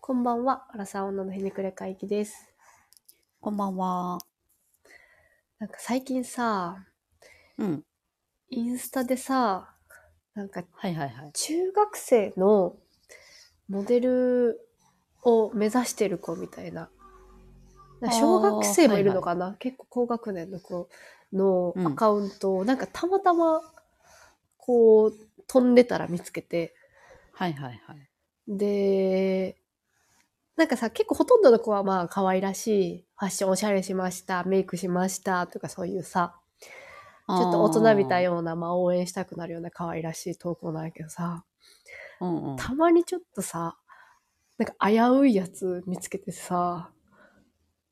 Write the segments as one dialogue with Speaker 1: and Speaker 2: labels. Speaker 1: こんばんは、アラサー女のひねくれ会議です。
Speaker 2: こんばんは。
Speaker 1: なんか最近さ、
Speaker 2: うん。
Speaker 1: インスタでさ、なんか
Speaker 2: はいはいはい。
Speaker 1: 中学生のモデルを目指してる子みたいな。なんか小学生もいるのかな、結構高学年の子の
Speaker 2: うん
Speaker 1: アカウントを、なんかたまたまこう飛んでたら見つけて、
Speaker 2: はいはいはい。
Speaker 1: で、なんかさ、結構ほとんどの子はまあ可愛らしい、ファッションおしゃれしました、メイクしましたとかそういうさ、
Speaker 2: ち
Speaker 1: ちょっと大人びた。ような、まあ応援したくなるような可愛らしい投稿なんやけどさ、
Speaker 2: うんうん。
Speaker 1: たまにちょっとさ、なんか危ういやつ見つけてさ、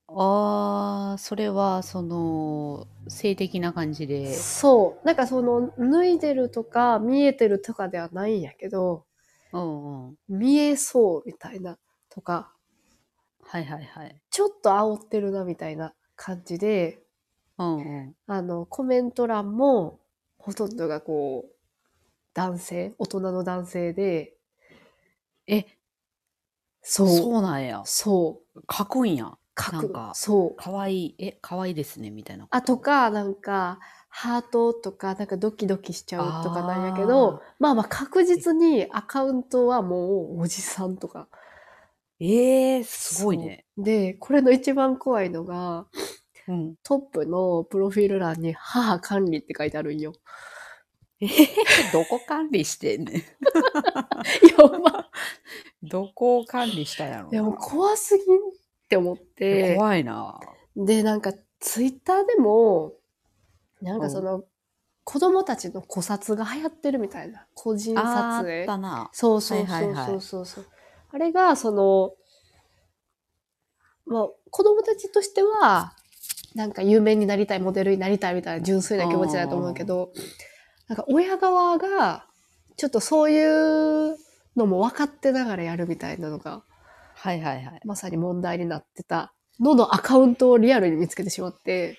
Speaker 2: ああ、それは、その、性的な感じで。
Speaker 1: そう、なんかその脱いでるとか見えてるとかではないんやけど、
Speaker 2: うんうん。
Speaker 1: 見えそうみたいなとか、
Speaker 2: はいはいはい。
Speaker 1: ちょっと煽ってるなみたいな感じで、
Speaker 2: うんうん。
Speaker 1: あの、コメント欄も、ほとんどがこう、男性、大人の男性で、
Speaker 2: え、
Speaker 1: そう、
Speaker 2: そうなんや。
Speaker 1: そう、
Speaker 2: 書くんや。
Speaker 1: 書
Speaker 2: なん
Speaker 1: く、
Speaker 2: か
Speaker 1: そう。
Speaker 2: かわいい。え、かわいいですね、みたいな。
Speaker 1: あとか、なんか、ハートとか、なんかドキドキしちゃうとかなんやけ
Speaker 2: あー
Speaker 1: ど、まあまあ確実にアカウントはもうおじさんとか。
Speaker 2: ええー、すごいね。
Speaker 1: そう。で、これの一番怖いのが、
Speaker 2: うん。
Speaker 1: トップのプロフィール欄に母管理って書いてあるんよ。
Speaker 2: えどこ管理し てんねん。
Speaker 1: やば
Speaker 2: どこを管理したんやろ
Speaker 1: い。でもう怖すぎんって思って。
Speaker 2: 怖いな。
Speaker 1: で、なんか、ツイッターでも、なんかその、子供たちの子札が流行ってるみたいな。個人
Speaker 2: あ
Speaker 1: 撮
Speaker 2: ーあっ
Speaker 1: 影。
Speaker 2: たな。
Speaker 1: そうそう
Speaker 2: はいはいはい
Speaker 1: そうそうそう。あれが、その、まあ、子供たちとしては、なんか有名になりたい、モデルになりたいみたいな純粋な気持ちだと思うけど、なんか親側が、ちょっとそういうのも分かってながらやるみたいなのが、
Speaker 2: はいはいはい。
Speaker 1: まさに問題になってたののアカウントをリアルに見つけてしまって、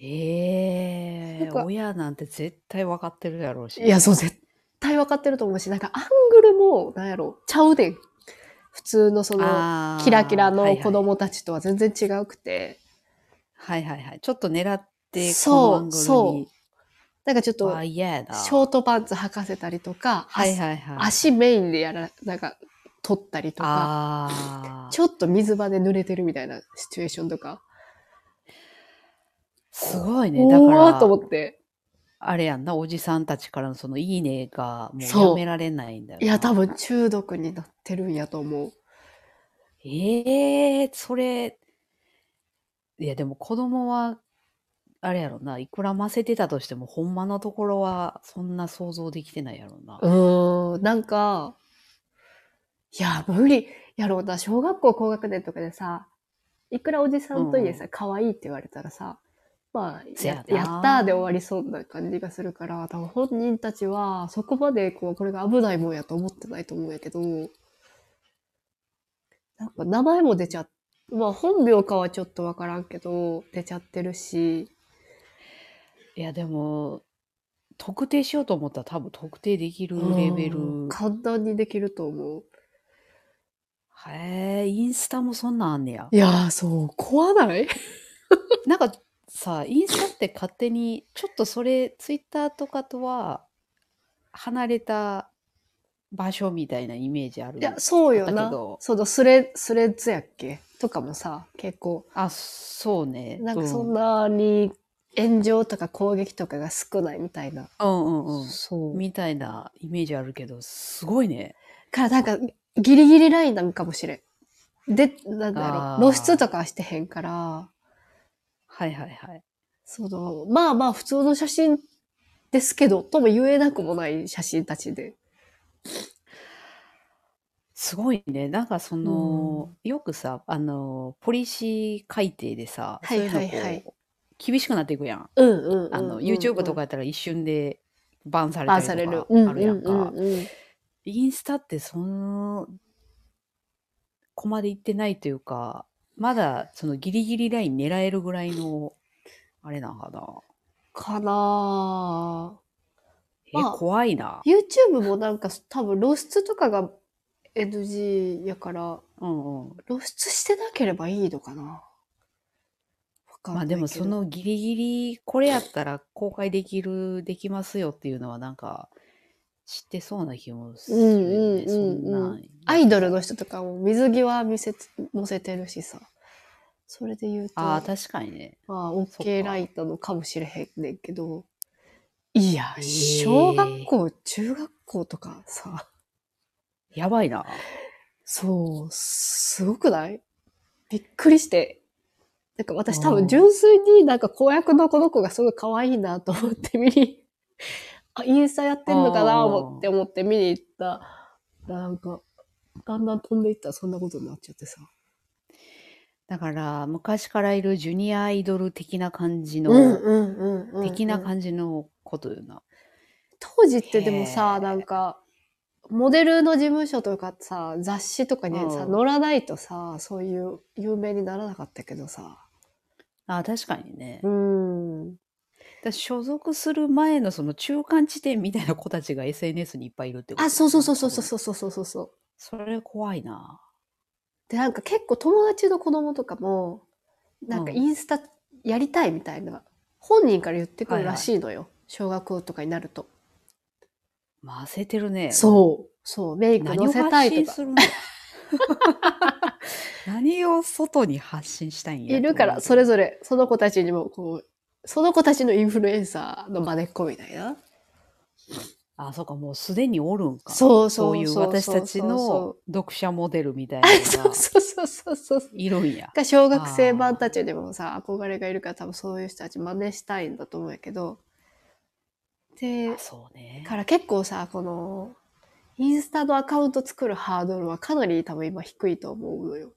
Speaker 2: ええ
Speaker 1: なんか
Speaker 2: 親なんて絶対分かってるやろうし。
Speaker 1: いや、そう、絶対分かってると思うし、なんかアングルも、なんやろ、ちゃうでん。普通のその、
Speaker 2: あー
Speaker 1: キラキラの子。供たちとは全然違うくて、
Speaker 2: はいはいはいはいはい。ちょっと狙って、
Speaker 1: そう
Speaker 2: このアングルに。
Speaker 1: なんかちょっと、
Speaker 2: あ、嫌だ。
Speaker 1: ショートパンツ履かせたりとか、
Speaker 2: はいはいはい。
Speaker 1: 足メインでやら、なんか、取ったりとか、
Speaker 2: ああ。
Speaker 1: ちょっと水場で濡れてるみたいなシチュエーションとか、
Speaker 2: すごいね。だか
Speaker 1: おわーっと
Speaker 2: ら、
Speaker 1: 思って。
Speaker 2: あれやんな、おじさんたちからのそのいいねがもう
Speaker 1: そう
Speaker 2: やめられないんだよな。
Speaker 1: いや、多分中毒になってるんやと思う。
Speaker 2: ええそれ、いや、でも子供は、あれやろな、いくらませてたとしても、ほんまのところは、そんな想像できてないやろな。
Speaker 1: うーん、なんか、いや、無理やろうな。小学校高学年とかでさ、いくらおじさんといえ
Speaker 2: う
Speaker 1: さ、可愛いって言われたらさ、まあ、
Speaker 2: せ
Speaker 1: や
Speaker 2: やな
Speaker 1: やったーで終わりそうな感じがするから、多分本人たちは、そこまでこう、これが危ないもんやと思ってないと思うんやけど、なんか名前も出ちゃっ、まあ本名かはちょっとわからんけど、出ちゃってるし、
Speaker 2: いや、でも、特定しようと思ったら多分特定できるレベル。
Speaker 1: うん簡単にできると思う。
Speaker 2: へえ、インスタもそんなんあんねや
Speaker 1: い。やー、そう、怖ない
Speaker 2: なんかさ、インスタって勝手に、ちょっとそれ、ツイッターとかとは、離れた場所みたいなイメージある。
Speaker 1: いや、そうよ
Speaker 2: だ
Speaker 1: な
Speaker 2: けど。
Speaker 1: そのスレ、スレッズやっけとかもさ、結構、
Speaker 2: あ、そうね。
Speaker 1: なんかそん
Speaker 2: な。
Speaker 1: なに炎上とか攻撃とかが少ないみたいな。
Speaker 2: うんうんうん。
Speaker 1: そう。
Speaker 2: みたいなイメージあるけど、すごいね。
Speaker 1: からなんか、ギリギリラインなんかもしれん。で、なんだ
Speaker 2: あ
Speaker 1: ろ
Speaker 2: ー
Speaker 1: う、露出とかはしてへんから、
Speaker 2: はいはいはい。
Speaker 1: その、まあまあ普通の写真ですけど、とも言えなくもない写真たちで。
Speaker 2: すごいね。なんかその、よくさ、あの、ポリシー改定でさ、
Speaker 1: はいはいはい
Speaker 2: そういうのこう厳しくなっていくやん。
Speaker 1: うんうんうんうん、
Speaker 2: あの、YouTube とかやったら一瞬でバンされ
Speaker 1: バ
Speaker 2: た
Speaker 1: ンされ
Speaker 2: り
Speaker 1: る
Speaker 2: と。
Speaker 1: うん
Speaker 2: かあるやん
Speaker 1: うん
Speaker 2: か。
Speaker 1: うんうん
Speaker 2: インスタってその、ここまで行ってないというか、まだそのギリギリライン狙えるぐらいの、あれなんかな。
Speaker 1: かなぁ。
Speaker 2: え、
Speaker 1: まあ
Speaker 2: 怖いな。
Speaker 1: YouTube もなんか多分露出とかが NG やから、
Speaker 2: うんうん。
Speaker 1: 露出してなければいいのかな。わかんな
Speaker 2: まあ
Speaker 1: い
Speaker 2: でも
Speaker 1: け
Speaker 2: そ
Speaker 1: ど、
Speaker 2: のギリギリこれやったら公開できるできますよっていうのはなんか知ってそうな気もするよね。
Speaker 1: うんうんうんうん
Speaker 2: そんな
Speaker 1: アイドルの人とかも水着は見せつ、載せてるしさ。それで言うと、
Speaker 2: ああ確かにね。
Speaker 1: まあ、
Speaker 2: そっ
Speaker 1: OK
Speaker 2: か
Speaker 1: ラインなのかもしれへんねんけど、いや、
Speaker 2: えー
Speaker 1: 小学校、中学校とかさ、
Speaker 2: やばいな。
Speaker 1: そう、すごくないびっくりして。なんか私多
Speaker 2: う
Speaker 1: 分
Speaker 2: ん
Speaker 1: 純粋になんか公約のこの子がすごい可愛いなと思って見に、あ、インスタやってんのかな
Speaker 2: うん
Speaker 1: 思って思って見に行ったら、なんか、だんだん飛んでいったらそんなことになっちゃってさ。
Speaker 2: だから昔からいるジュニアアイドル的な感じの、
Speaker 1: うんうんうん
Speaker 2: 的な感じのことよな。
Speaker 1: 当時ってでも
Speaker 2: へ
Speaker 1: さ
Speaker 2: ー
Speaker 1: なんかモデルの事務所とかさ雑誌とかにさ
Speaker 2: うん
Speaker 1: 載らないとさそういう有名にならなかったけどさ
Speaker 2: ああ確かにね。
Speaker 1: う
Speaker 2: だか
Speaker 1: ん
Speaker 2: ら所属する前のその中間地点みたいな子たちが SNS にいっぱいいるってこと
Speaker 1: あそうそうそうそう
Speaker 2: 多分
Speaker 1: そうそうそうそうそう
Speaker 2: それ怖いな。
Speaker 1: でなんか結構友達の子供とかもなんか
Speaker 2: うん
Speaker 1: インスタやりたいみたいな本人から言ってくるらしいのよ、小学校とかになると
Speaker 2: まあ焦ってるね。
Speaker 1: そうそうメイク
Speaker 2: 何
Speaker 1: 載
Speaker 2: を
Speaker 1: せ
Speaker 2: 発
Speaker 1: たい
Speaker 2: 信
Speaker 1: と
Speaker 2: す
Speaker 1: か
Speaker 2: るの 何を外に発信したいんや
Speaker 1: いるからそれ
Speaker 2: ぞ
Speaker 1: ぞれその子たちにもこうその子たちのインフルエンサーの真似っこみたいな
Speaker 2: あそうかもうすでにおるんかう
Speaker 1: そう
Speaker 2: そ
Speaker 1: そうう
Speaker 2: いう
Speaker 1: そう
Speaker 2: 私たちの読者モデルみたいなの
Speaker 1: そう
Speaker 2: が
Speaker 1: そうそうそうそうそう
Speaker 2: いるんや
Speaker 1: が小学生版たちにもさ憧れがいるから多分そういう人たち真似したいんだと思うんやけどで
Speaker 2: あそうね
Speaker 1: から結構さこのインスタのアカウント作るハードルはかなり多分今低いと思うのよ。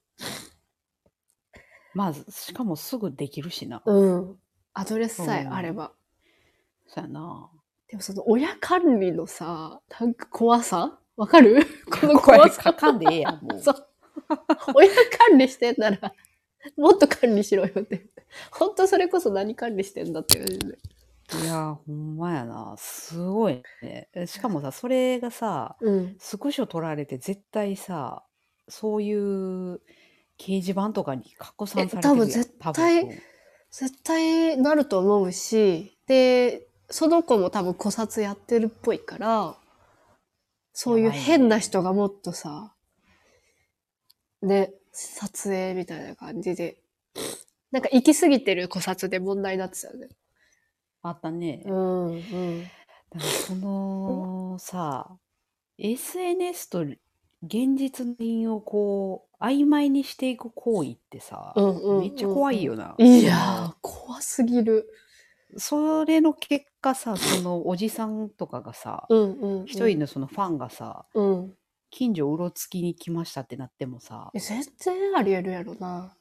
Speaker 2: まあしかもすぐできるしな、
Speaker 1: うん。アドレスさえあれば。
Speaker 2: そうやな
Speaker 1: でもその親管理のさ、なんか怖さわかるこの
Speaker 2: こ
Speaker 1: 怖
Speaker 2: れ
Speaker 1: さ
Speaker 2: か。かんでええやんもう
Speaker 1: そう。親管理してんなら、もっと管理しろよって。本当それこそ何管理してんだって感じで。
Speaker 2: いやほんまやなすごいねえしかもさそれがさ
Speaker 1: うん。
Speaker 2: スクショ取られて絶対さそういう掲示板とかに拡散されてるやん
Speaker 1: え多分絶対
Speaker 2: 分
Speaker 1: 絶対なると思うし、で、その子も多分古殺やってるっぽいから、そういう
Speaker 2: やばいね
Speaker 1: 変な人がもっとさ、ね、撮影みたいな感じで、なんか行き過ぎてる古殺で問題になってたよね。
Speaker 2: あったね、
Speaker 1: ん、うん。
Speaker 2: だからそのさ SNS と現実の因をこう曖昧にしていく行為ってさ、
Speaker 1: うんうん
Speaker 2: めっちゃ怖いよな、
Speaker 1: いやー、怖すぎる。
Speaker 2: それの結果さそのおじさんとかがさ
Speaker 1: うんうん、うん。
Speaker 2: 一人のそのファンがさ
Speaker 1: うん。
Speaker 2: 近所うろつきに来ましたってなってもさ
Speaker 1: え全然ありえるやろな。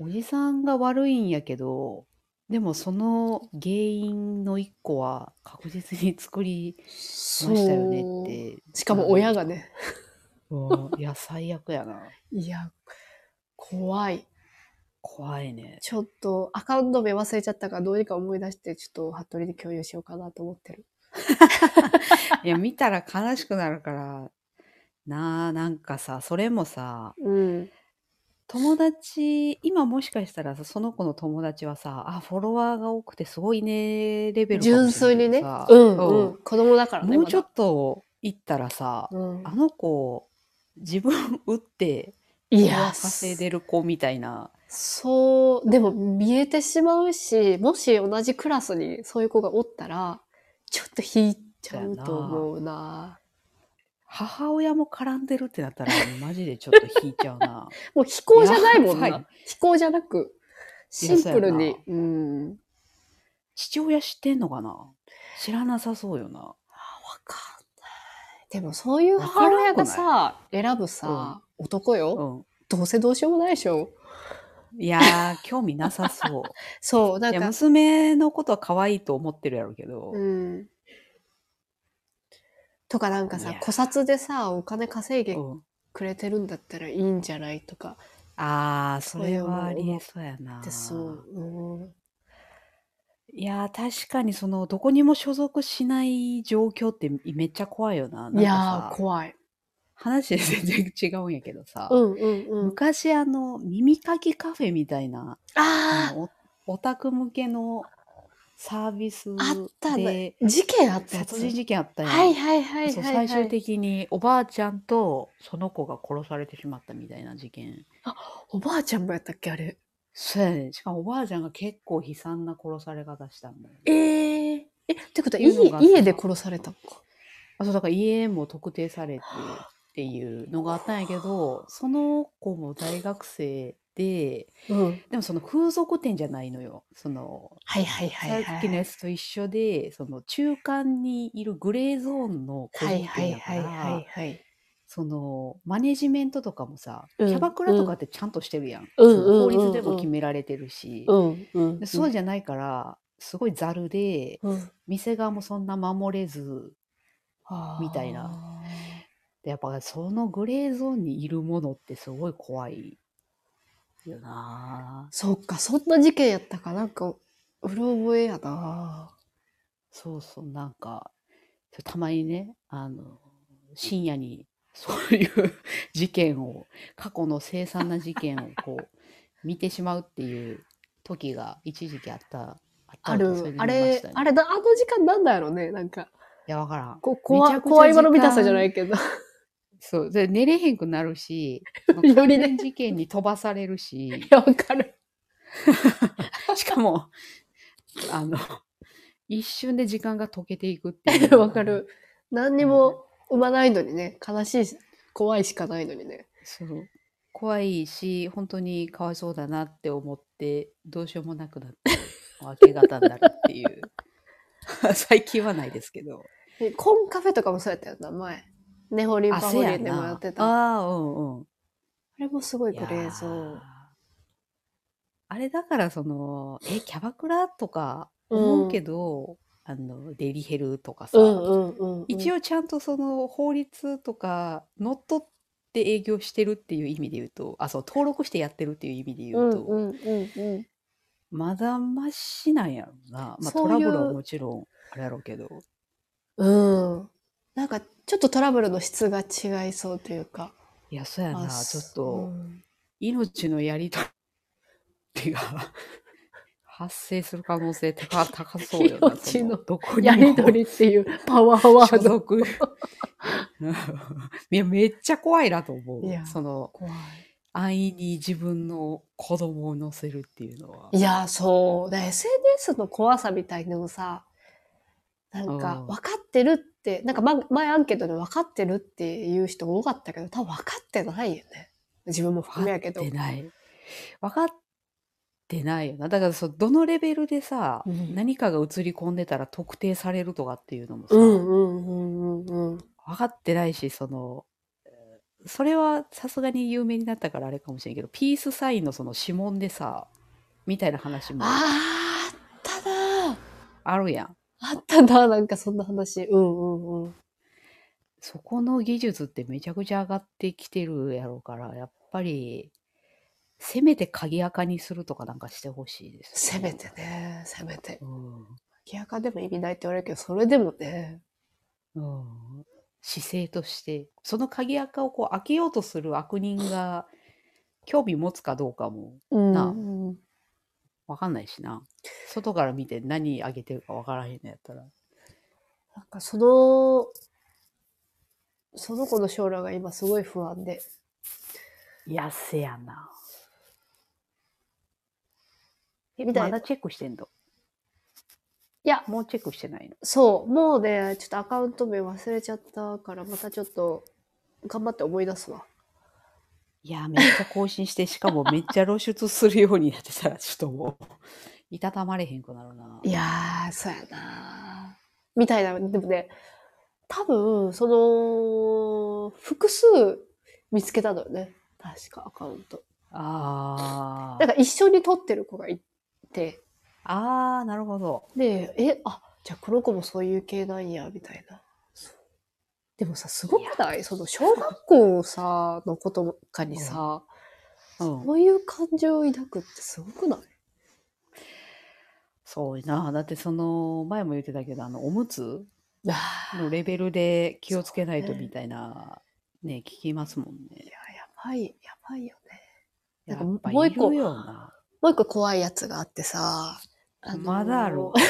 Speaker 2: おじさんが悪いんやけどでもその原因の一個は確実に作り
Speaker 1: そ
Speaker 2: ましたよねって
Speaker 1: しかも親がね。
Speaker 2: うんいや最悪やない
Speaker 1: や、怖い。
Speaker 2: 怖いね
Speaker 1: ちょっとアカウント名忘れちゃったからどうにか思い出して、ちょっと服部に共有しようかなと思ってる。
Speaker 2: いや、見たら悲しくなるから、なあ、なんかさ、それもさ、
Speaker 1: うん。
Speaker 2: 友達、今もしかしたらさ、その子の友達はさ、あ、フォロワーが多くてすごいね、レベルかも
Speaker 1: 純
Speaker 2: しれ
Speaker 1: 粋
Speaker 2: な
Speaker 1: に
Speaker 2: いけ
Speaker 1: ね。
Speaker 2: どさ
Speaker 1: うん、うん。子供だからね。
Speaker 2: もうちょ
Speaker 1: と。
Speaker 2: っと行ったらさ、
Speaker 1: うん
Speaker 2: あ、の子、自分打って、
Speaker 1: い
Speaker 2: フォロワ
Speaker 1: や、
Speaker 2: ー稼いでる子みたいな。
Speaker 1: そう、でも見えてしまうし、もし同じクラスにそういう子がおったら、ちょっと引いちゃうと思うな。
Speaker 2: 母親も絡んでるってなったら、 マジでちょっと引いちゃう な。
Speaker 1: もう非行じゃないもん
Speaker 2: や
Speaker 1: な。
Speaker 2: ばい
Speaker 1: 非行じゃなく、シンプル
Speaker 2: いや
Speaker 1: に
Speaker 2: そ。
Speaker 1: うん。わ
Speaker 2: 父親知ってんのかな知らなさそうよ
Speaker 1: かん
Speaker 2: な。
Speaker 1: ない。でもそういう母親がさ、選ぶさ、男よ、
Speaker 2: うん。
Speaker 1: どうせどうしようもないでしょ。
Speaker 2: いやー、興味なさそう。
Speaker 1: そう、ないん
Speaker 2: や
Speaker 1: か、
Speaker 2: 娘のことは可愛いと思ってるやろうけど、
Speaker 1: うん。とかなんか
Speaker 2: い
Speaker 1: さ
Speaker 2: や、
Speaker 1: 古札でさ、お金稼いで
Speaker 2: うん
Speaker 1: くれてるんだったらいいんじゃないとか。
Speaker 2: ああ
Speaker 1: そ
Speaker 2: それ
Speaker 1: れは
Speaker 2: はありえそうやな
Speaker 1: ってそう。うん
Speaker 2: いやー確かにそのどこにも所属しない状況ってめっちゃ怖いよななんか
Speaker 1: いやー、
Speaker 2: さ
Speaker 1: 怖い。
Speaker 2: 話全然違うんやけどさ、
Speaker 1: うんうんうん。
Speaker 2: 昔あの耳かきカフェみたいなあ
Speaker 1: あ
Speaker 2: のおオタク向けのサービス
Speaker 1: あったね
Speaker 2: で
Speaker 1: あ、事件あったやつ。
Speaker 2: 殺人事件あったやん、
Speaker 1: はいはいはい
Speaker 2: そう
Speaker 1: はい、はい。
Speaker 2: 最終的におばあちゃんとその子が殺されてしまったみたいな事件
Speaker 1: おばあちゃんもやったっけあれ。
Speaker 2: そうやねしかもおばあちゃんが結構悲惨な殺され方したんだよね
Speaker 1: えー、え、ってことは
Speaker 2: いうのがあった
Speaker 1: 家、家で殺されたのか。
Speaker 2: あそうだから家も特定されてっていうのがあったんやけどその子も大学生で
Speaker 1: うん。
Speaker 2: でもその風俗店じゃないのよその
Speaker 1: はいはいはい
Speaker 2: さ
Speaker 1: は
Speaker 2: っ
Speaker 1: い。
Speaker 2: きのやつと一緒でその中間にいるグレーゾーンの個
Speaker 1: はい
Speaker 2: 人
Speaker 1: は
Speaker 2: 店
Speaker 1: い
Speaker 2: だか
Speaker 1: はいはい
Speaker 2: ら
Speaker 1: はい。
Speaker 2: そのマネジメントとかもさ、
Speaker 1: うん
Speaker 2: キャバクラとかってちゃんとしてるやん、
Speaker 1: うん
Speaker 2: その
Speaker 1: うん
Speaker 2: 法律で
Speaker 1: うんう
Speaker 2: も
Speaker 1: ん
Speaker 2: 決められてるし、
Speaker 1: うんうん。
Speaker 2: でそうじゃないからすごいざるで
Speaker 1: うん。
Speaker 2: 店側もそんな守れずみたいな
Speaker 1: な。
Speaker 2: でやっぱそのグレーゾーンにいるものってすごい怖いよな
Speaker 1: そっか、そんな事件やったかなんか、うろ覚えやな。
Speaker 2: そうそうなんかたまにねあの深夜にそういう 事件を過去の凄惨な事件をこう見てしまうっていう時が一時期あったった
Speaker 1: あ
Speaker 2: のでそ
Speaker 1: る、あ
Speaker 2: で見まし
Speaker 1: れ
Speaker 2: たね、
Speaker 1: あれだ、あの時間なんだやろね、なんか。
Speaker 2: いやわからん
Speaker 1: こ
Speaker 2: めちゃ
Speaker 1: 怖
Speaker 2: くちゃ
Speaker 1: 怖いもの見
Speaker 2: 時間
Speaker 1: たさじゃないけど。
Speaker 2: そうで寝れへんくなるし
Speaker 1: りね
Speaker 2: 関連事件に飛ばされるし
Speaker 1: いや、わかる。
Speaker 2: しかも、あの、一瞬で時間が溶けていくってい う。
Speaker 1: わか。る。何にも生まないのにね、悲しいし、怖いしかないのにね。
Speaker 2: そう。怖いし、本当にかわいそうだなって思って、どうしようもなくなって、明け方になるっていう。 最近はないですけど。
Speaker 1: えコンカフェとかもそうやったよな、前。ネホリンパホリンでもやってた。あ
Speaker 2: ああ、うんうん。
Speaker 1: れもすごいグレ
Speaker 2: いや
Speaker 1: ー
Speaker 2: ー
Speaker 1: ゾーン。
Speaker 2: あれだから、その、え、キャバクラとか思うけど、あの、デリヘルとかさ、
Speaker 1: うんうんうんうん。
Speaker 2: 一応ちゃんとその法律とか乗っ取って営業してるっていう意味で言うとあそう登録してやってるっていう意味で言
Speaker 1: うん
Speaker 2: う
Speaker 1: う
Speaker 2: と、
Speaker 1: んうんうん。
Speaker 2: まだましなんやろな、まあ、
Speaker 1: そ
Speaker 2: ト
Speaker 1: うい
Speaker 2: ラ
Speaker 1: う
Speaker 2: ブルはもちろんあれやろうけど
Speaker 1: うん。なんか、ちょっとトラブルの質が違いそうというか。
Speaker 2: いやそうやな
Speaker 1: あ
Speaker 2: ちょっ
Speaker 1: う
Speaker 2: と
Speaker 1: ん
Speaker 2: 命のやりとりが 発生する可能性高高そうよな
Speaker 1: 命の
Speaker 2: そどこに
Speaker 1: やりと
Speaker 2: も
Speaker 1: りっていうパワーワ
Speaker 2: 所
Speaker 1: ード。
Speaker 2: 属 うんいやめっちゃ怖いなと思
Speaker 1: いや
Speaker 2: うその
Speaker 1: 怖い。
Speaker 2: 安易に自分の子供を乗せるっていうのは。
Speaker 1: いや、そう。だ SNS の怖さみたいのをさ、なん
Speaker 2: う
Speaker 1: か
Speaker 2: ん、
Speaker 1: 分かってるって、なんか、ま、前アンケートで分かってるっていう人多かったけど、多分分かってないよね。自分も含めやけど。
Speaker 2: 分かってない。分かってないよな。だからそうどのレベルでさ、
Speaker 1: うん
Speaker 2: 何かが映り込んでたら特定されるとかっていうのもさ、
Speaker 1: うんうんうんうんうん。
Speaker 2: 分かってないし、その、それはさすがに有名になったからあれかもしれんけど、ピースサインのその指紋でさ、みたいな話も
Speaker 1: あー、あったな
Speaker 2: あるやん。
Speaker 1: あったななんかそんな話。うんうんうん。
Speaker 2: そこの技術ってめちゃくちゃ上がってきてるやろうから、やっぱり、せめて鍵垢にするとかなんかしてほしいです
Speaker 1: せ
Speaker 2: よね、
Speaker 1: めてね、せめて。
Speaker 2: うん。
Speaker 1: 明らかでも意味ないって言われるけど、それでもね。
Speaker 2: うん姿勢としてその鍵垢をこう開けようとする悪人 が興味持つかどうかも
Speaker 1: うん
Speaker 2: なあ
Speaker 1: うん
Speaker 2: 分かんないしな外から見て何あげてるか分からへんのやったら
Speaker 1: なんかその、その子の将来が今すごい不安で。
Speaker 2: いやせやなえ
Speaker 1: みたい
Speaker 2: ま
Speaker 1: な
Speaker 2: だチェックしてんの
Speaker 1: いや、
Speaker 2: もうチェックしてないの
Speaker 1: そう、もうね、ちょっとアカウント名忘れちゃったから、またちょっと、頑張って思い出すわ。
Speaker 2: いやめっちゃ更新してしかもめっちゃ露出するようになってたらちょっともう いたたまれへんくなるない
Speaker 1: やー、そうやなみたいな、でもね、多分、その、複数見つけたのよね。確かアカウント。
Speaker 2: あ
Speaker 1: だ
Speaker 2: ー
Speaker 1: から一緒に撮ってる子がいて、
Speaker 2: あーなるほど
Speaker 1: で、え、あ、じゃあこの子もそういう系なんや、みたいな。でもさ、すごくないその小学校さ、の子とかにさ、
Speaker 2: うん
Speaker 1: こういう感情を抱くってすごくない
Speaker 2: そうやな。だってその、前も言ってたけど、あの、おむつ
Speaker 1: あ
Speaker 2: のレベルで気をつけないと
Speaker 1: そうね
Speaker 2: みたいなね、聞きますもんね。
Speaker 1: や、やばい、やばいよね。なん
Speaker 2: や
Speaker 1: か
Speaker 2: っぱ
Speaker 1: もう一個
Speaker 2: いるよな。
Speaker 1: もう一個怖いやつがあってさ、あのー
Speaker 2: まだある。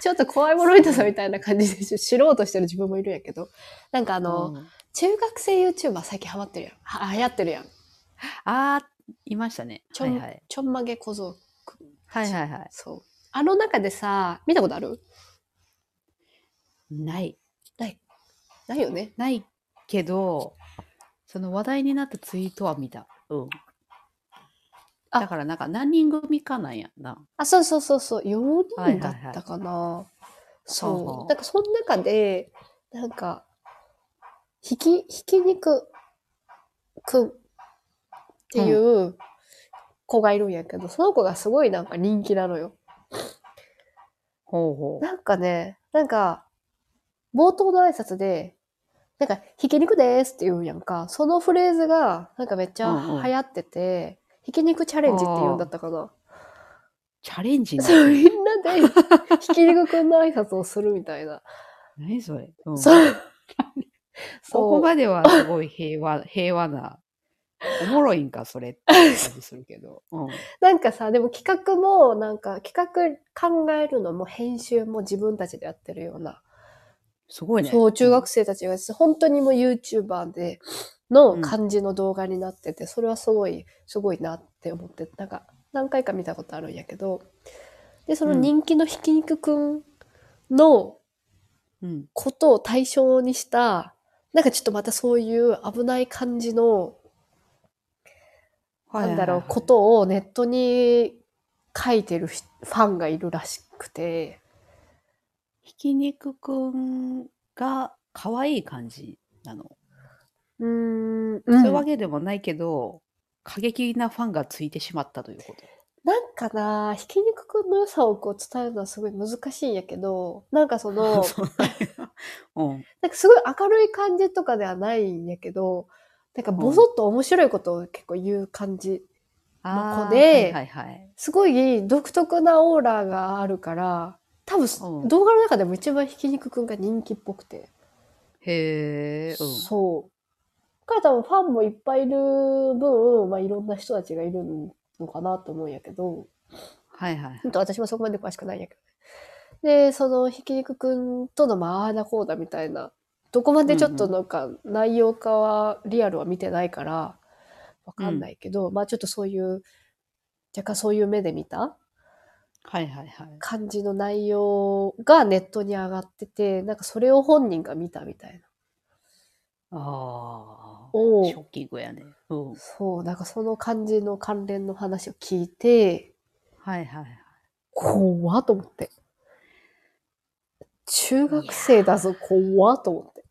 Speaker 1: ちょっと怖いもの見たさみたいな感じでし知ろうとしてる自分もいるんやけど、なんかあの、
Speaker 2: うん
Speaker 1: 中学生 YouTuber 最近ハマってるやん。は流行ってるやん。
Speaker 2: あー、いましたね。
Speaker 1: ちょ
Speaker 2: は
Speaker 1: ん、
Speaker 2: いはい。
Speaker 1: ちょんまげ小僧。
Speaker 2: はいはいはい。
Speaker 1: そう。あの中でさ、見たことある
Speaker 2: ない。
Speaker 1: ない。ないよね。
Speaker 2: ないけど、その話題になったツイートは見た。うん。
Speaker 1: あ
Speaker 2: だからなんか何人組かなんやな。
Speaker 1: あ、そうそうそうそう、4
Speaker 2: はいはい
Speaker 1: 人だ
Speaker 2: はい
Speaker 1: ったかな。そう。
Speaker 2: ほうほう
Speaker 1: なんかその中で、なんか、ひき、ひき肉くんっていう子がいるんやけど、その子がすごいなんか人気なのよ。
Speaker 2: ほうほう。
Speaker 1: なんかね、なんか、冒頭の挨拶で、なんか、ひき肉でーすって言うんやんか。そのフレーズが、なんかめっちゃ
Speaker 2: うんうん
Speaker 1: 流行ってて、ひき肉チャレンジって言うんだったかな。
Speaker 2: チャレンジな
Speaker 1: そう、みんなで、ひき肉くんの挨拶をするみたいな。
Speaker 2: 何それ。うん
Speaker 1: そう。
Speaker 2: ここ
Speaker 1: そう。
Speaker 2: まではすごい平和、 平和な。おもろいんか、それって感じするけ ど。うん。
Speaker 1: なんかさ、でも企画も、なんか企画考えるのも編集も自分たちでやってるような。
Speaker 2: すごいね。
Speaker 1: そう、中学生たちが、本当にもう YouTuber で、の感じの動画になってて、それはすごい、すごいなって思って、なんか、何回か見たことあるんやけど、で、その人気のひき肉くんの
Speaker 2: うん。
Speaker 1: ことを対象にした、なんかちょっとまたそういう危ない感じのな
Speaker 2: はいは
Speaker 1: ん
Speaker 2: い
Speaker 1: だろう、ことをネットに書いてるひファンがいるらしくて、
Speaker 2: ひき肉くんが可愛い感じなの。
Speaker 1: うーん、
Speaker 2: そう
Speaker 1: そ
Speaker 2: いう
Speaker 1: う
Speaker 2: わ
Speaker 1: わ
Speaker 2: けでもないけど、過激なファンがついてしまったということ。
Speaker 1: なんかな、ひき肉くんの良さをこう伝えるのはすごい難しいんやけど、なんかその、
Speaker 2: そううん。
Speaker 1: なんかすごい明るい感じとかではないんやけど、なんかぼそっと面白いことを結構言う感じ。
Speaker 2: あー
Speaker 1: の子で
Speaker 2: はいはいはい。
Speaker 1: すごい独特なオーラがあるから、多
Speaker 2: うん
Speaker 1: 分動画の中でも一番ひき肉くんが人気っぽくて。
Speaker 2: へえ、うん。
Speaker 1: そう。だから多分ファンもいっぱいいる分、まあ、いろんな人たちがいるのかなと思うんやけど、
Speaker 2: はいはい。
Speaker 1: ほんと私もそこまで詳しくないんやけど。で、そのひき肉くんとのまああーだこうだみたいな、どこまでちょっとなんか内容化は、リアルは見てないから、わかんないけど、まあちょっとそういう、若干そういう目で見た
Speaker 2: はいはいはい。
Speaker 1: 感じの内容がネットに上がってて、なんかそれを本人が見たみたいな。
Speaker 2: ああ。
Speaker 1: お
Speaker 2: ショッキングやね。うん。はい
Speaker 1: そう、なんかその感じの関連の話を聞いて、
Speaker 2: はいはい。
Speaker 1: 怖っと思って。中学生だぞ、怖っと思って。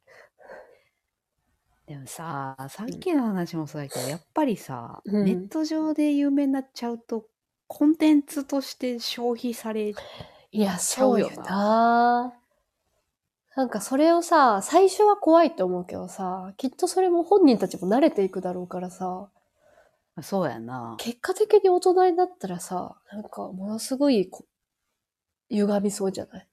Speaker 2: でもさ、さっきの話もそうだけど、やっぱりさ、
Speaker 1: うん
Speaker 2: ネット上で有名になっちゃうと、コンテンツとして消費され、
Speaker 1: いや、
Speaker 2: そうよな
Speaker 1: な。なんかそれをさ、最初は怖いと思うけどさ、きっとそれも本人たちも慣れていくだろうからさ、
Speaker 2: あそうやな。
Speaker 1: 結果的に大人になったらさ、なんかものすごいこ歪みそうじゃない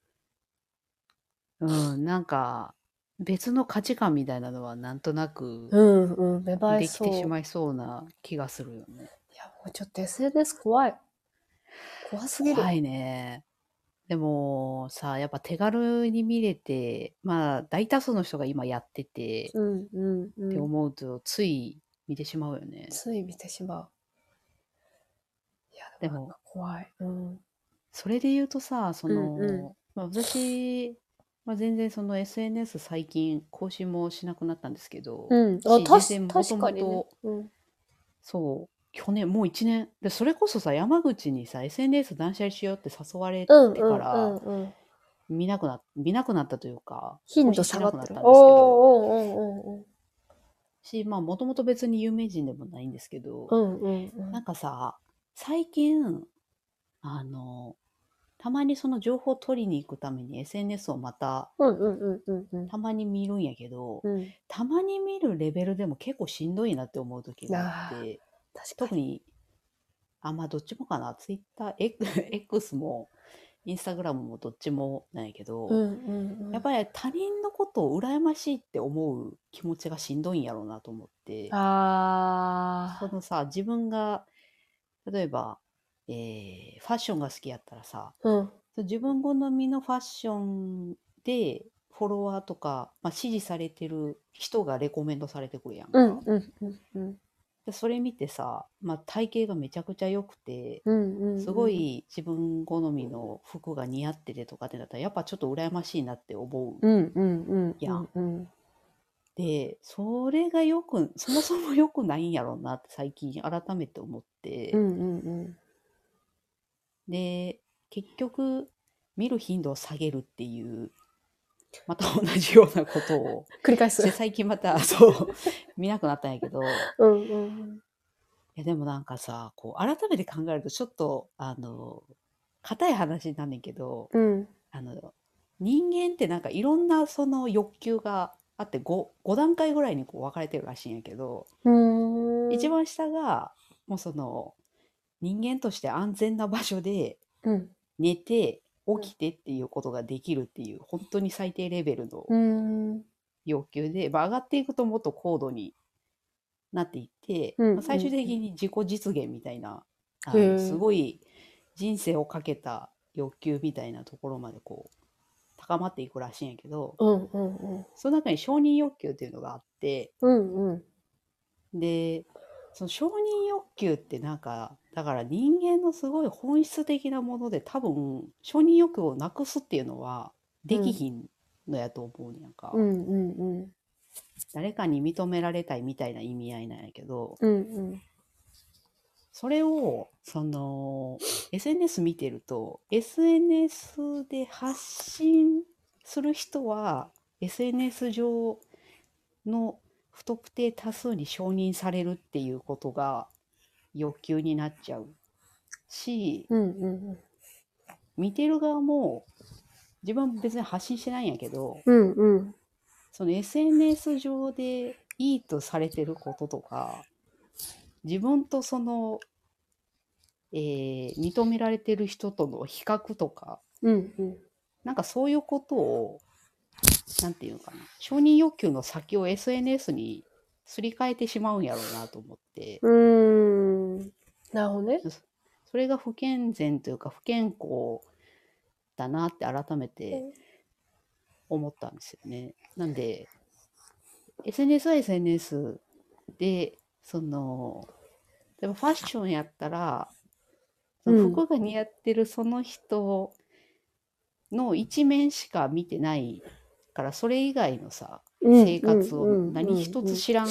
Speaker 2: うん、なんか、別の価値観みたいなのはなんとなく
Speaker 1: うんうん、芽生え
Speaker 2: でき
Speaker 1: そう。
Speaker 2: てしまいそうな気がするよね。
Speaker 1: いや、もうちょっと SNS 怖い。怖すぎる。
Speaker 2: 怖いね。でもさ、やっぱ手軽に見れて、まあ大多数の人が今やってて、
Speaker 1: うんうんう
Speaker 2: って
Speaker 1: ん。
Speaker 2: 思うとつい見てしまうよね。
Speaker 1: つい見てしまう。いや、で
Speaker 2: でも
Speaker 1: もなんか怖い。うん。
Speaker 2: それで言うとさ、その、
Speaker 1: うんう
Speaker 2: まあ、私、まあ、全然その SNS 最近更新もしなくなったんですけど、
Speaker 1: うん。
Speaker 2: あ
Speaker 1: あ、
Speaker 2: たし
Speaker 1: 確
Speaker 2: 確
Speaker 1: 確
Speaker 2: か
Speaker 1: か
Speaker 2: に
Speaker 1: に、
Speaker 2: ね
Speaker 1: ね。
Speaker 2: そう、去年もう1年、でそれこそさ、山口にさ、SNS 断捨離しようって誘われてか
Speaker 1: うん。うん
Speaker 2: ら、
Speaker 1: うんうん。
Speaker 2: 見なくな見なくなったというか、
Speaker 1: 頻度下がってる。
Speaker 2: 更新しなくなったんですけど
Speaker 1: おーおーおーおーおー
Speaker 2: し、まあ、もともと別に有名人でもないんですけど、
Speaker 1: うんうんうん。
Speaker 2: なんかさ、最近、あの、たまにその情報を取りに行くために SNS をまた、
Speaker 1: うんうんうんうんうん
Speaker 2: たまに見るんやけど、
Speaker 1: うん。
Speaker 2: たまに見るレベルでも結構しんどいなって思う時があって、
Speaker 1: 確か
Speaker 2: 特
Speaker 1: に。
Speaker 2: に、あ、まあどっちもかな、Twitter、X X もインスタグラムもどっちもなんやけど、
Speaker 1: うんうんうん、
Speaker 2: やっぱり他人のことを羨ましいって思う気持ちがしんどいんやろうなと思って、
Speaker 1: あ
Speaker 2: そのさ、自分が、例えば、えーファッションが好きやったらさ、
Speaker 1: ーうん
Speaker 2: 自分好みのファッションで、フォロワーとか、まあ、支持されてる人がレコメンドされてくるやんか。
Speaker 1: うんうんうんうん
Speaker 2: でそれ見てさ、まあ、体型がめちゃくちゃ良くて、
Speaker 1: うんうんうん
Speaker 2: すごい自分好みの服が似合っててとかってなったら、やっぱちょっと羨ましいなって思う。
Speaker 1: うんうんうん
Speaker 2: やん
Speaker 1: うん
Speaker 2: で、それがよく、そもそも良くないんやろうなって最近改めて思って、
Speaker 1: うんうんうん
Speaker 2: で、結局、見る頻度を下げるっていう、また同じようなこと を、
Speaker 1: 繰り返す
Speaker 2: で最近また、そう、見なくなったんやけど、い
Speaker 1: うんうん
Speaker 2: やでもなんかさ、こう、改めて考えると、ちょっと、あの、硬い話になんねんけど、
Speaker 1: うん
Speaker 2: あの、人間ってなんかいろんなその欲求があって5、5段階ぐらいにこう分かれてるらしいんやけど、
Speaker 1: うん
Speaker 2: 一番下が、もうその、人間として安全な場所で、
Speaker 1: うん
Speaker 2: 寝て起きてっていうことができるっていう本当に最低レベルの
Speaker 1: うん
Speaker 2: 要求で、まあ、上がっていくともっと高度になっていって、
Speaker 1: うん
Speaker 2: まあ最終的に自己実現みたいな、あ
Speaker 1: へ
Speaker 2: の
Speaker 1: え
Speaker 2: すごい人生をかけた欲求みたいなところまでこう高まっていくらしいんやけど
Speaker 1: うんうんうん
Speaker 2: その中に承認欲求っていうのがあって
Speaker 1: うんうん
Speaker 2: でその承認欲求ってなんかだから人間のすごい本質的なもので多分承認欲求をなくすっていうのはできひんのやと思うねやんか、
Speaker 1: うんうんうん
Speaker 2: 誰かに認められたいみたいな意味合いなんやけど
Speaker 1: うん
Speaker 2: それをその SNS 見てると SNS で発信する人は SNS 上の不特定多数に承認されるっていうことが欲求になっちゃうし
Speaker 1: うんうんうん
Speaker 2: 見てる側も自分は別に発信してないんやけど
Speaker 1: うんうん
Speaker 2: その SNS 上でいいとされてることとか、自分とその、えー認められてる人との比較とか、
Speaker 1: うんうん
Speaker 2: なんかそういうことを、なんていうのかな、承認欲求の先を SNS にすり替えてしまうんやろうなと思って、
Speaker 1: うーんなるほどね
Speaker 2: それが不健全というか不健康だなって改めて思ったんですよね。なんで SNS は SNS でその例えばファッションやったらその
Speaker 1: うん
Speaker 2: 服が似合ってるその人の一面しか見てないからそれ以外のさ生活を何一つ知らん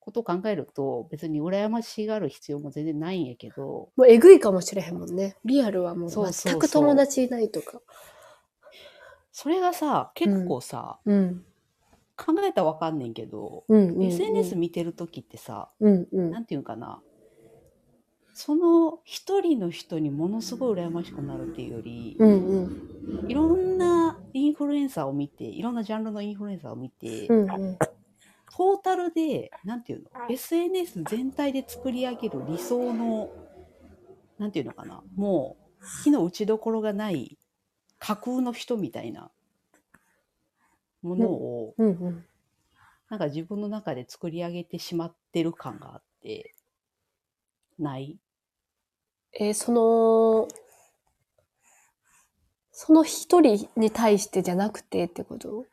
Speaker 2: ことを考えると別に羨ましがる必要も全然ないんやけど
Speaker 1: もうえぐいかもしれへんもんねリアルはもう
Speaker 2: そうそうそう
Speaker 1: 全く友達いないとか
Speaker 2: それがさ結構さ、
Speaker 1: うん
Speaker 2: 考えたらわかんねんけど、
Speaker 1: うんうんうん
Speaker 2: SNS 見てる時ってさ
Speaker 1: うんうん
Speaker 2: なんていうんかなその一人の人にものすごい羨ましくなるっていうより、
Speaker 1: うんうん
Speaker 2: いろんなインフルエンサーを見ていろんなジャンルのインフルエンサーを見て、
Speaker 1: うんうん
Speaker 2: トータルでなんていうの SNS 全体で作り上げる理想のなんていうのかなもう火の打ちどころがない架空の人みたいなものを、
Speaker 1: うんうん
Speaker 2: なんか自分の中で作り上げてしまってる感があって、ない
Speaker 1: えーそのその一人に対してじゃなくてってこと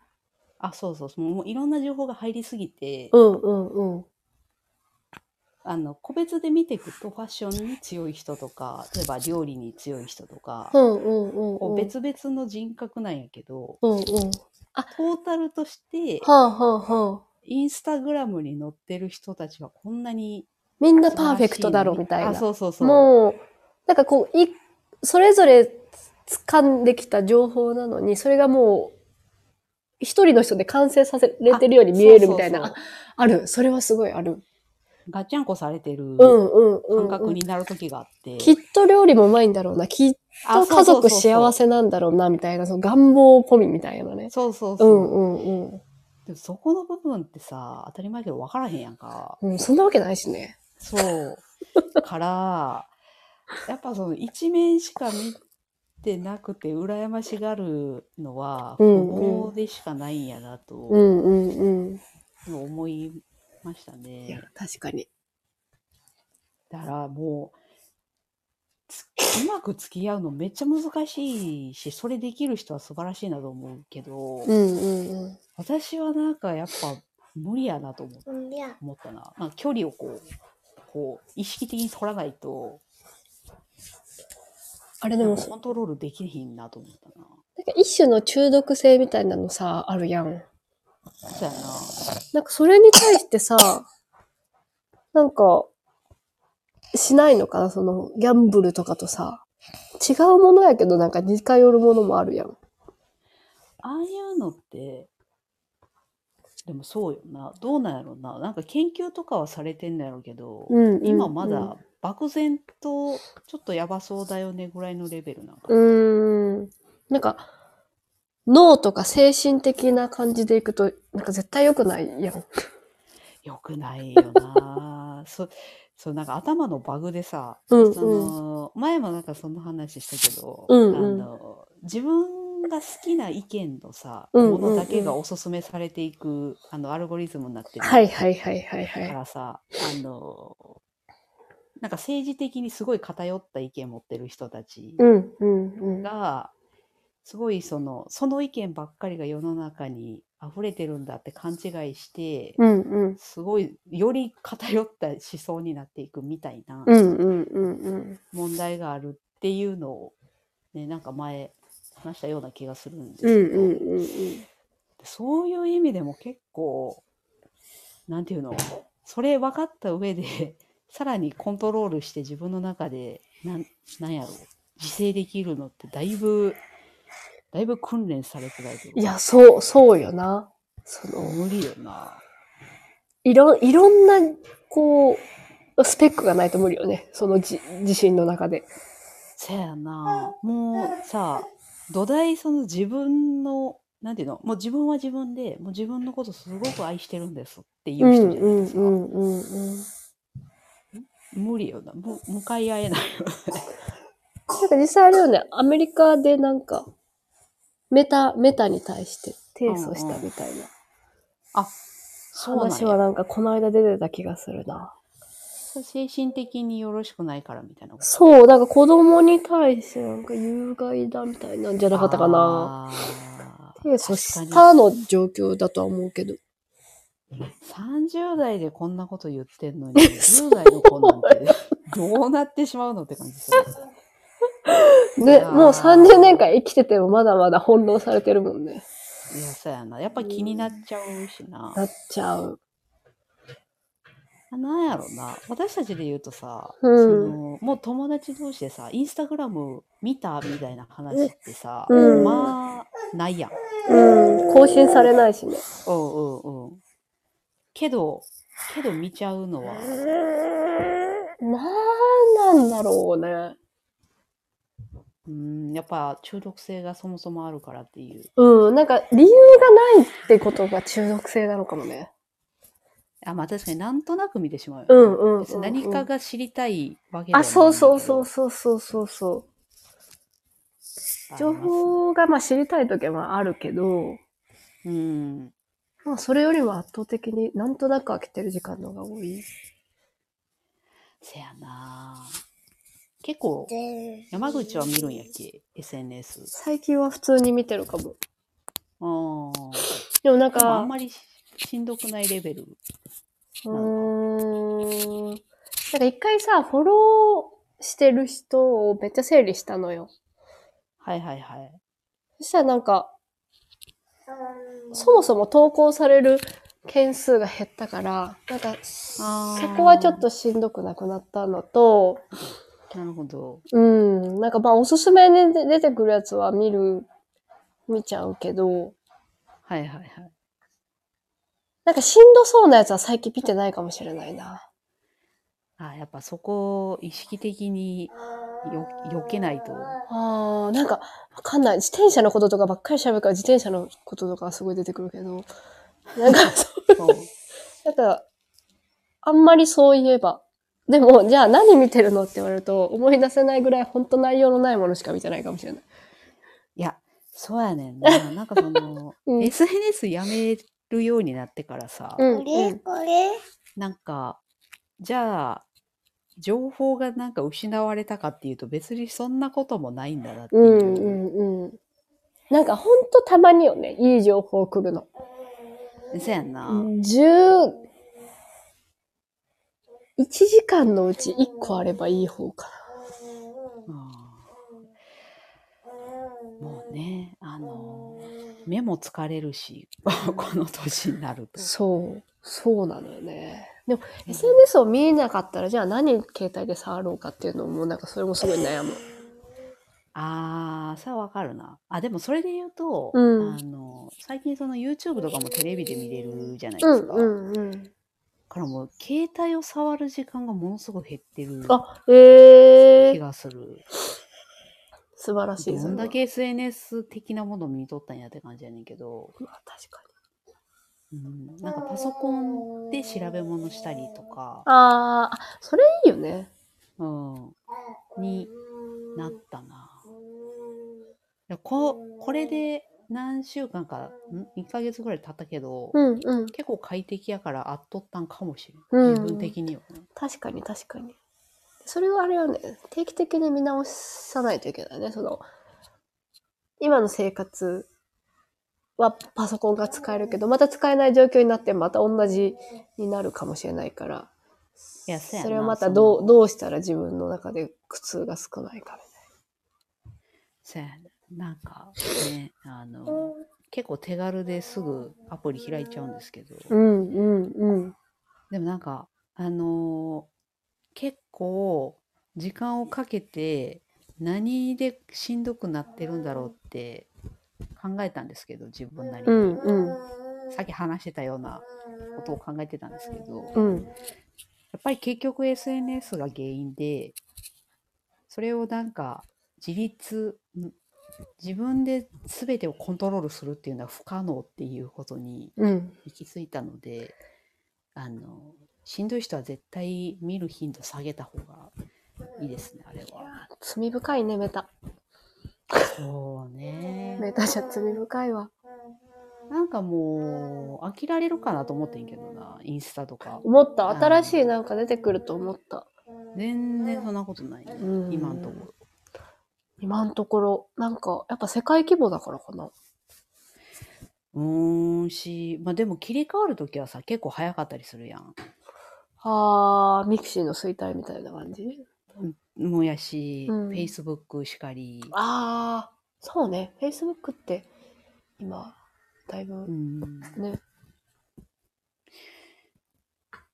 Speaker 2: あ、そうそうそう、もういろんな情報が入りすぎて、
Speaker 1: うんうんうん
Speaker 2: あの、個別で見ていくとファッションに強い人とか、例えば料理に強い人とか
Speaker 1: う、んうんうん
Speaker 2: こ
Speaker 1: うん
Speaker 2: う別々の人格なんやけど、
Speaker 1: うんうん
Speaker 2: トータルとして、
Speaker 1: はあはあはあ
Speaker 2: インスタグラムに載ってる人たちはこんなに
Speaker 1: みん
Speaker 2: 素
Speaker 1: な
Speaker 2: 晴らしいのに。
Speaker 1: パーフェクトだろみたいな
Speaker 2: あ、そうそうそう。
Speaker 1: もう、なんかこう、い、それぞれ掴んできた情報なのに、それがもう、一人の人で完成させれてるように見えるみたいな。
Speaker 2: そうそ
Speaker 1: あ
Speaker 2: う
Speaker 1: ある。それはすごいある。
Speaker 2: そうガッチャンコされてる
Speaker 1: うんうんうん、うん
Speaker 2: 感覚になる時があって。
Speaker 1: きっと料理もうまいんだろうな。きっ
Speaker 2: あ
Speaker 1: と
Speaker 2: そう
Speaker 1: 家
Speaker 2: そうそ
Speaker 1: 族
Speaker 2: うそう
Speaker 1: 幸せなんだろうな、みたいな。その願望込みみたいなね。
Speaker 2: そうそう
Speaker 1: う
Speaker 2: そう。
Speaker 1: んうんうん
Speaker 2: でもそこの部分ってさ、当たり前やけど分からへんやんか。。
Speaker 1: うん、そんなわけないしね。
Speaker 2: そう。から、やっぱその一面しか見ってなくて羨ましがるのは不
Speaker 1: うん
Speaker 2: 毛でしかないんやなと
Speaker 1: うんうんうん。
Speaker 2: 思いましたね。
Speaker 1: いや、確かに。
Speaker 2: だからもうつうまく付き合うのめっちゃ難しいしそれできる人は素晴らしいなと思うけど、
Speaker 1: うんうん
Speaker 2: 私はなんかやっぱ無理やなと思
Speaker 1: うん。いや。
Speaker 2: 思ったななんか距離をこうこう意識的に取らないと
Speaker 1: あれで
Speaker 2: なん
Speaker 1: も、
Speaker 2: かコントロールできひんなと思ったな。
Speaker 1: なんか一種の中毒性みたいなのさ、あるやん。
Speaker 2: そうやな
Speaker 1: なんかそれに対してさ、 なんか、しないのかなその、ギャンブルとかとさ、違うものやけどなんか似通るものもあるやん。
Speaker 2: ああいうのって、でもそうよな。どうなんやろうな。なんか研究とかはされてんのやろうけど、
Speaker 1: うんうん
Speaker 2: 今まだ漠然とちょっとやばそうだよねぐらいのレベルなんか。
Speaker 1: うーん。なんか、脳とか精神的な感じでいくと、なんか絶対良くないやん。
Speaker 2: よくないよな。そ そうなんか頭のバグでさ、
Speaker 1: うんうん
Speaker 2: その前もなんかその話したけど、
Speaker 1: うんうん
Speaker 2: あの自分が好きな意見のさ、
Speaker 1: うんうんうん
Speaker 2: ものだけがおすすめされていくあのアルゴリズムになってる。
Speaker 1: はいはいはいはいは
Speaker 2: か
Speaker 1: い。
Speaker 2: らさ、あの、なんか政治的にすごい偏った意見持ってる人たち
Speaker 1: うんうんうん。
Speaker 2: が、すごいその、その意見ばっかりが世の中に溢れてるんだって勘違いして、
Speaker 1: うんうん。
Speaker 2: すごいより偏った思想になっていくみたいな
Speaker 1: うんうんうんうん。
Speaker 2: 問題があるっていうのを、ね、なんか前話したような気がするんです
Speaker 1: うん
Speaker 2: けど、
Speaker 1: うんうんうん。
Speaker 2: そういう意味でも結構、なんていうの、それ分かった上で、 さらにコントロールして自分の中で、なんなんやろう、自制できるのってだいぶ、だいぶ訓練されてないというか
Speaker 1: いや、そう、そうよな。その、
Speaker 2: 無理よな。
Speaker 1: いろ、いろんな、こう、スペックがないと無理よね。そのじ自身の中で。
Speaker 2: せやな。もう さ、土台その自分の、なんていうの、もう自分は自分で、もう自分のことすごく愛してるんですっていう人じゃないですか。
Speaker 1: んうんうん。
Speaker 2: 無理よな。む向かい合えない よね。
Speaker 1: なんか実際あれよね、アメリカでなんか、メタ、メタに対して提訴したみたいな
Speaker 2: そうなんや
Speaker 1: 話はなんかこの間出てた気がするな。
Speaker 2: 精神的によろしくないからみたいなこと
Speaker 1: そう、なんか子供に対してなんか有害だみたいなんじゃなかったかな。
Speaker 2: あー
Speaker 1: 提訴したの状況だとは思うけど。
Speaker 2: 30代でこんなこと言ってんのに、10 代の子なんてどうなってしまうのって感じですよね。
Speaker 1: ね、もう30年間生きててもまだまだ翻弄されてるもんね。
Speaker 2: いや、そうやな。やっぱ気になっちゃうしな。
Speaker 1: なっちゃう。
Speaker 2: なんやろな。私たちで言うとさ、
Speaker 1: うん
Speaker 2: そのもう友達同士でさ、インスタグラム見たみたいな話ってさ、
Speaker 1: うん
Speaker 2: まあ、ないやん。
Speaker 1: うん、更新されないしね。
Speaker 2: うんうんうん。けど、けど見ちゃうのは、
Speaker 1: なんなんだろうね。
Speaker 2: うん、やっぱ中毒性がそもそもあるからっていう。
Speaker 1: うん、なんか理由がないってことが中毒性なのかもね。
Speaker 2: あ、まあ確かになんとなく見てしまうよ
Speaker 1: う
Speaker 2: ね、
Speaker 1: んうんうん、
Speaker 2: 別に何かが知りたいわけではないんだけど。
Speaker 1: あ、そうそうそうそうそうそうそ
Speaker 2: あ
Speaker 1: う。
Speaker 2: りま
Speaker 1: 情
Speaker 2: す
Speaker 1: 報がまあ知りたい時はまああるけど、
Speaker 2: うん。
Speaker 1: まあそれよりは圧倒的になんとなく飽きてる時間の方が多い。
Speaker 2: せやな結構、山口は見るんやっけ ?SNS。
Speaker 1: 最近は普通に見てるかも。
Speaker 2: あー
Speaker 1: でもなん
Speaker 2: でもあ
Speaker 1: か
Speaker 2: ん、まりししんどくないレベル。
Speaker 1: うーん。なんか一回さ、フォローしてる人をめっちゃ整理したのよ。
Speaker 2: はいはいはい。
Speaker 1: そしたらなんか、そもそも投稿される件数が減ったから、なんか、そ
Speaker 2: あー
Speaker 1: こはちょっとしんどくなくなったのと、
Speaker 2: なるほど。
Speaker 1: うん、なんかまあおすすめで出てくるやつは見る、見ちゃうけど、
Speaker 2: はいはいはい。
Speaker 1: なんかしんどそうなやつは最近見てないかもしれないな。
Speaker 2: あやっぱそこを意識的によ、避けないと。
Speaker 1: ああ、なんか、わかんない。自転車のこととかばっかり喋るから、自転車のこととかはすごい出てくるけど、なんか、そう
Speaker 2: そう。
Speaker 1: なんか、あんまりそういえば。でも、じゃあ何見てるのって言われると、思い出せないぐらい本当内容のないものしか見てないかもしれない。
Speaker 2: そうやねん な。なんかその、
Speaker 1: うん
Speaker 2: SNS やめるようになってからさ、
Speaker 1: うん
Speaker 3: これこれ
Speaker 2: なんか、じゃあ、情報がなんか失われたかっていうと別にそんなこともないんだなっていうう。
Speaker 1: んうんうん。なんかほんとたまによね、いい情報来るの。
Speaker 2: そうやんな。
Speaker 1: 10、1時間のうち1個あればいい方か
Speaker 2: あーもうね、あのー目も疲れるし、 この年になると
Speaker 1: な。。そう。そうなのよね。でも、SNS を見なかったら、じゃあ何携帯で触ろうかっていうのも、なんかそれもすごい悩む。
Speaker 2: ああ、さあわかるな。あ、でもそれで言うと、
Speaker 1: うん
Speaker 2: あのー最近その YouTube とかもテレビで見れるじゃないで
Speaker 1: う
Speaker 2: す
Speaker 1: ん
Speaker 2: か。
Speaker 1: うんうん。
Speaker 2: からもう携帯を触る時間がものすごく減ってる
Speaker 1: あ、
Speaker 2: 気
Speaker 1: えー、
Speaker 2: がする。
Speaker 1: 素晴らしい。
Speaker 2: どんだ
Speaker 1: それ
Speaker 2: け SNS 的なものを見とったんやって感じやねんけど、
Speaker 1: はうわ確かに。
Speaker 2: うん、なんかパソコンで調べ物したりとか、
Speaker 1: あーあ、それいいよね。
Speaker 2: うん、になったな。いやここれで何週間か、ん ?1 ヶ月ぐらい経ったけど、
Speaker 1: うんうん。
Speaker 2: 結構快適やからあっとったんかもしれ。
Speaker 1: うんん
Speaker 2: 自分的にはね。
Speaker 1: 確かに確かに。それはあれよね、定期的に見直さないといけないね。その、今の生活はパソコンが使えるけど、また使えない状況になって、また同じになるかもしれないから、
Speaker 2: いやそうやな
Speaker 1: それはまたど
Speaker 2: そうの
Speaker 1: どうしたら自分の中で苦痛が少ないかみ
Speaker 2: そうやねなんかね、あの、結構手軽ですぐアプリ開いちゃうんですけど、
Speaker 1: たいな。うんうんうん。
Speaker 2: でもなんか、あのー結構時間をかけて何でしんどくなってるんだろうって考えたんですけど、自分なりに。
Speaker 1: うんうん
Speaker 2: さっき話してたようなことを考えてたんですけど、
Speaker 1: う
Speaker 2: や
Speaker 1: ん。
Speaker 2: っぱり結局 SNS が原因で、それをなんか自立、ん自分で全てをコントロールするっていうのは不可能っていうことに
Speaker 1: うん。
Speaker 2: 行き着いたのであのしんどい人は絶対見る頻度下げた方がいいですねあれは。
Speaker 1: 罪深いね、メタ。
Speaker 2: そうね
Speaker 1: メタじゃ罪深いわ。
Speaker 2: なんかもう飽きられるかなと思ってんけどなインスタとか
Speaker 1: 思った。新しいなんか出てくると思った。
Speaker 2: 全然そんなことない、ね
Speaker 1: うん
Speaker 2: 今んところ。
Speaker 1: 今のところ、なんか、やっぱ世界規模だからかな。
Speaker 2: うーんしまあでも切り替わる時はさ結構早かったりするやん。
Speaker 1: あー、ミクシーの衰退みたいな感じ
Speaker 2: もやし、
Speaker 1: うん
Speaker 2: Facebook しかり、
Speaker 1: あー、そうね。Facebook って、今、だいぶ
Speaker 2: う、ん、
Speaker 1: ね。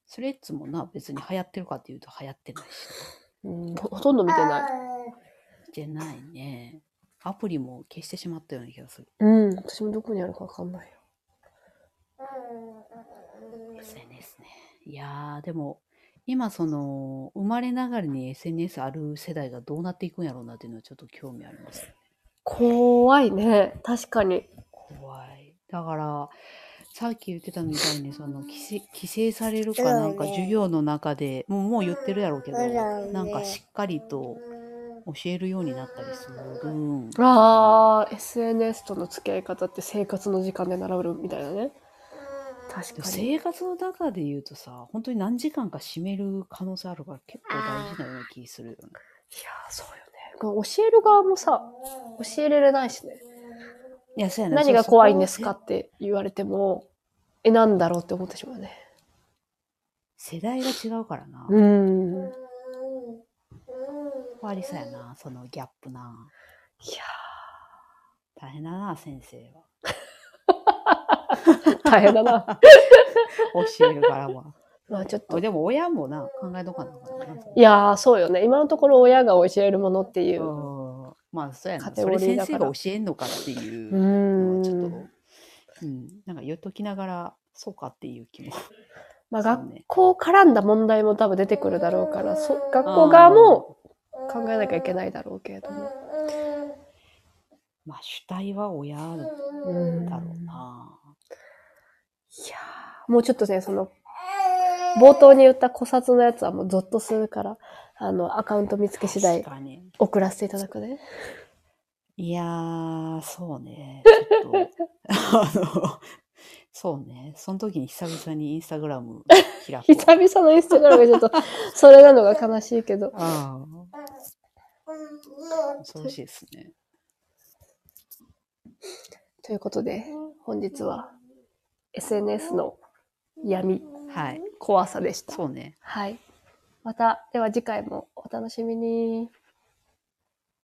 Speaker 2: スレッズもな別に流行ってるかっていうと流行ってないし。
Speaker 1: うん、ほほとんど見てない。
Speaker 2: してないね。アプリも消してしまったような気がする。
Speaker 1: うん。私もどこにあるかわかんないよ。
Speaker 2: SNS ね。いやー、でも、今その、生まれながらに SNS ある世代がどうなっていくんやろうなっていうのはちょっと興味ありますよね。
Speaker 1: 怖いね。確かに。
Speaker 2: 怖い。だから、さっき言ってたみたいに、その、規制規制されるかなんか、
Speaker 3: そうね
Speaker 2: 授業の中で、もうもう言ってるやろうけど、
Speaker 3: そうだね
Speaker 2: なんかしっかりと教えるようになったりするん
Speaker 1: あー、SNS との付き合い方って生活の時間で習うみたいなね。確
Speaker 2: でも
Speaker 1: かに。
Speaker 2: 生活の中で言うとさ、本当に何時間か占める可能性あるから結構大事なような気するよね。
Speaker 1: いやー、そうよね。教える側もさ、教えられないしね。
Speaker 2: いや、そうやね
Speaker 1: 何が怖いんですかって言われても、え、なんだろうって思ってしまうね。
Speaker 2: 世代が違うからな。
Speaker 1: うん。いや
Speaker 2: ありそうやな、そのギャップな。大変だな、先生は。
Speaker 1: ー大変だな。
Speaker 2: 教えるからは。
Speaker 1: まあちょっ
Speaker 2: あ
Speaker 1: と。
Speaker 2: でも親もな、考えとかなあかんな。。
Speaker 1: いやー、そうよね。今のところ親が教えるものっていうう。うん
Speaker 2: まあ、そうや
Speaker 1: カ
Speaker 2: な。
Speaker 1: テ
Speaker 2: そ
Speaker 1: ゴリ
Speaker 2: れ
Speaker 1: ーだ
Speaker 2: 先
Speaker 1: から
Speaker 2: 生が教えんのかっていうのはちょっと、
Speaker 1: ん。
Speaker 2: うん、なんか言っときながら、そうかっていう気も。
Speaker 1: まあ
Speaker 2: そう
Speaker 1: 学
Speaker 2: ね
Speaker 1: 校絡んだ問題も多分出てくるだろうから、そ学校側も考えなきゃいけないだろうけれども。
Speaker 2: まあ、主体は親だろ
Speaker 1: うん。いうや
Speaker 2: な。
Speaker 1: ーもうちょっとね、その、冒頭に言った古刹のやつはもうゾッとするから、あの、アカウント見つけ次第
Speaker 2: 確かに。
Speaker 1: 送らせていただくね。
Speaker 2: いやー、そうね。ち ょっと、あの、そうね。その時に久々にインスタグラム開く
Speaker 1: 久
Speaker 2: わ。
Speaker 1: 々のインスタグラムがちょっと、それなのが悲しいけど。
Speaker 2: ああ、恐ろしいですね。
Speaker 1: ということで、本日は SNS の闇、
Speaker 2: はい。
Speaker 1: 怖さでした。
Speaker 2: そうね。
Speaker 1: はい。また、では次回もお楽しみに。